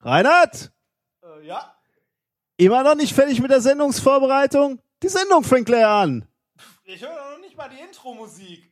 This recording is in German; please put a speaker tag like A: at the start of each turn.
A: Reinhard,
B: Äh, ja.
A: immer noch nicht fertig mit der Sendungsvorbereitung? Die Sendung fängt leer an.
B: Ich höre noch nicht mal die Intro-Musik.